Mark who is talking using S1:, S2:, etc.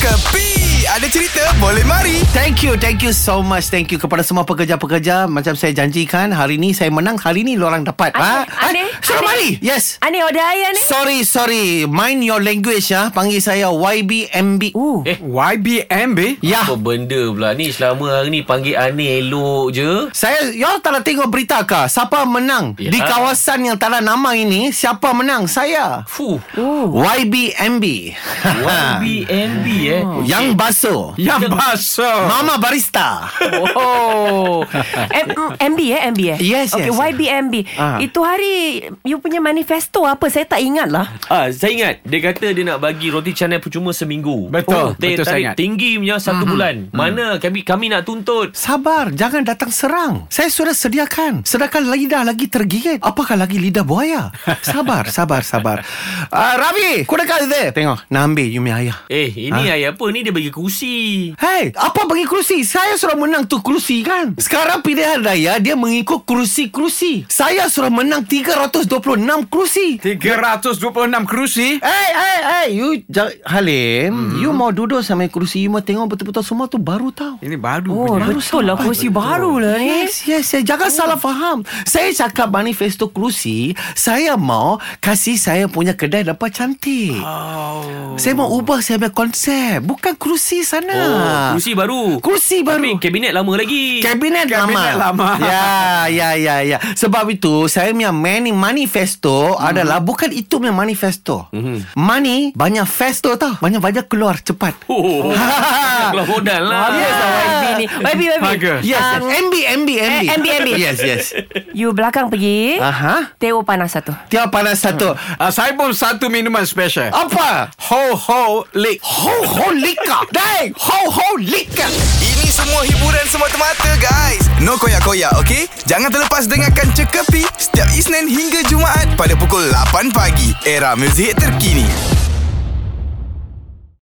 S1: Kepi Ada cerita boleh mari
S2: Thank you, thank you so much. Thank you kepada semua pekerja-pekerja. Macam saya janjikan, hari ni saya menang, hari ni lorang dapat. Ah,
S3: Aneh, aneh,
S2: Suruh
S3: aneh.
S2: mari. Yes.
S3: Ani order ayah Ah, ni.
S2: Sorry, sorry. Mind your language ya. Panggil saya YBMB.
S3: Ooh.
S4: Eh,
S1: YBMB
S2: Ya.
S4: apa benda pula ni selama hari ni panggil aneh elok je.
S2: Saya, you all tak nak tengok berita ke? Siapa menang?
S4: Ya.
S2: Di kawasan yang tak ada nama ini, siapa menang? Saya.
S4: Fuh,
S2: Oh. YBMB.
S1: Ha.
S4: YBNB eh.
S1: Oh.
S2: Yang basuh.
S1: Yang basuh
S2: Mama barista.
S3: Oh. M- MB eh, MB eh.
S2: Yes,
S3: okay,
S2: yes.
S3: YBMB.
S2: Ah.
S3: Itu hari you punya manifesto apa saya tak ingat lah.
S4: Ah, saya ingat dia kata dia nak bagi roti canai percuma seminggu.
S1: Betul,
S4: dia
S1: betul saya
S4: tarik
S1: ingat.
S4: tinggi punya satu bulan. Mana kami kami nak tuntut.
S2: Sabar, jangan datang serang. Saya sudah sediakan. Sedangkan lidah lagi tergigit. Apakah lagi lidah buaya? Sabar, sabar, sabar. Uh, Ravi, kau dekat itu. Tengok, nak ambil you punya ayah.
S4: Eh, ini ha? ayat apa ni dia bagi kursi.
S2: Hey, apa bagi kerusi? Saya sudah menang tu kerusi kan? Sekarang pilihan raya dia mengikut kerusi-kerusi. Saya sudah menang 326 kerusi.
S1: 326 kerusi
S2: Hey, hey, hey, you ja- Halim, hmm. you mau duduk sama kerusi, you mau tengok betul-betul semua tu baru tahu.
S1: Ini baru
S3: Oh,
S1: punya.
S3: betul lah kursi baru lah ni.
S2: Yes, yes, yes. Jangan oh. salah faham. Saya cakap manifesto kerusi, saya mau kasih saya punya kedai dapat cantik. Oh. Saya mau ubah saya punya konsep. Bukan kerusi
S1: Ha.
S2: sana.
S4: Oh, kursi baru.
S2: Kerusi
S4: Tapi
S2: baru.
S4: kabinet lama lagi.
S2: Kabinet,
S1: Kabinet lama.
S2: Ya, ya, ya, ya. Sebab itu saya punya mani manifesto hmm. adalah bukan itu punya manifesto. Hmm. Money banyak festo tau. Banyak-banyak keluar cepat.
S4: Oh, keluar modal lah.
S3: Bagus lah YB ni. YB, YB.
S1: Bagus.
S2: Yes, yes.
S3: Um,
S2: MB, MB, MB.
S3: eh, MB, MB.
S2: Yes, yes.
S3: You belakang pergi.
S2: Aha.
S3: Teh panas satu.
S2: Tiap panas satu.
S1: Ah, Saya pun satu minuman special
S2: Apa?
S1: Ho ho lick
S2: Ho ho lika. Dai, ho ho lika.
S5: Ini semua hiburan semata-mata guys No koyak-koyak ok Jangan terlepas dengarkan Cekapi Setiap Isnin hingga Jumaat Pada pukul 8 pagi Era muzik terkini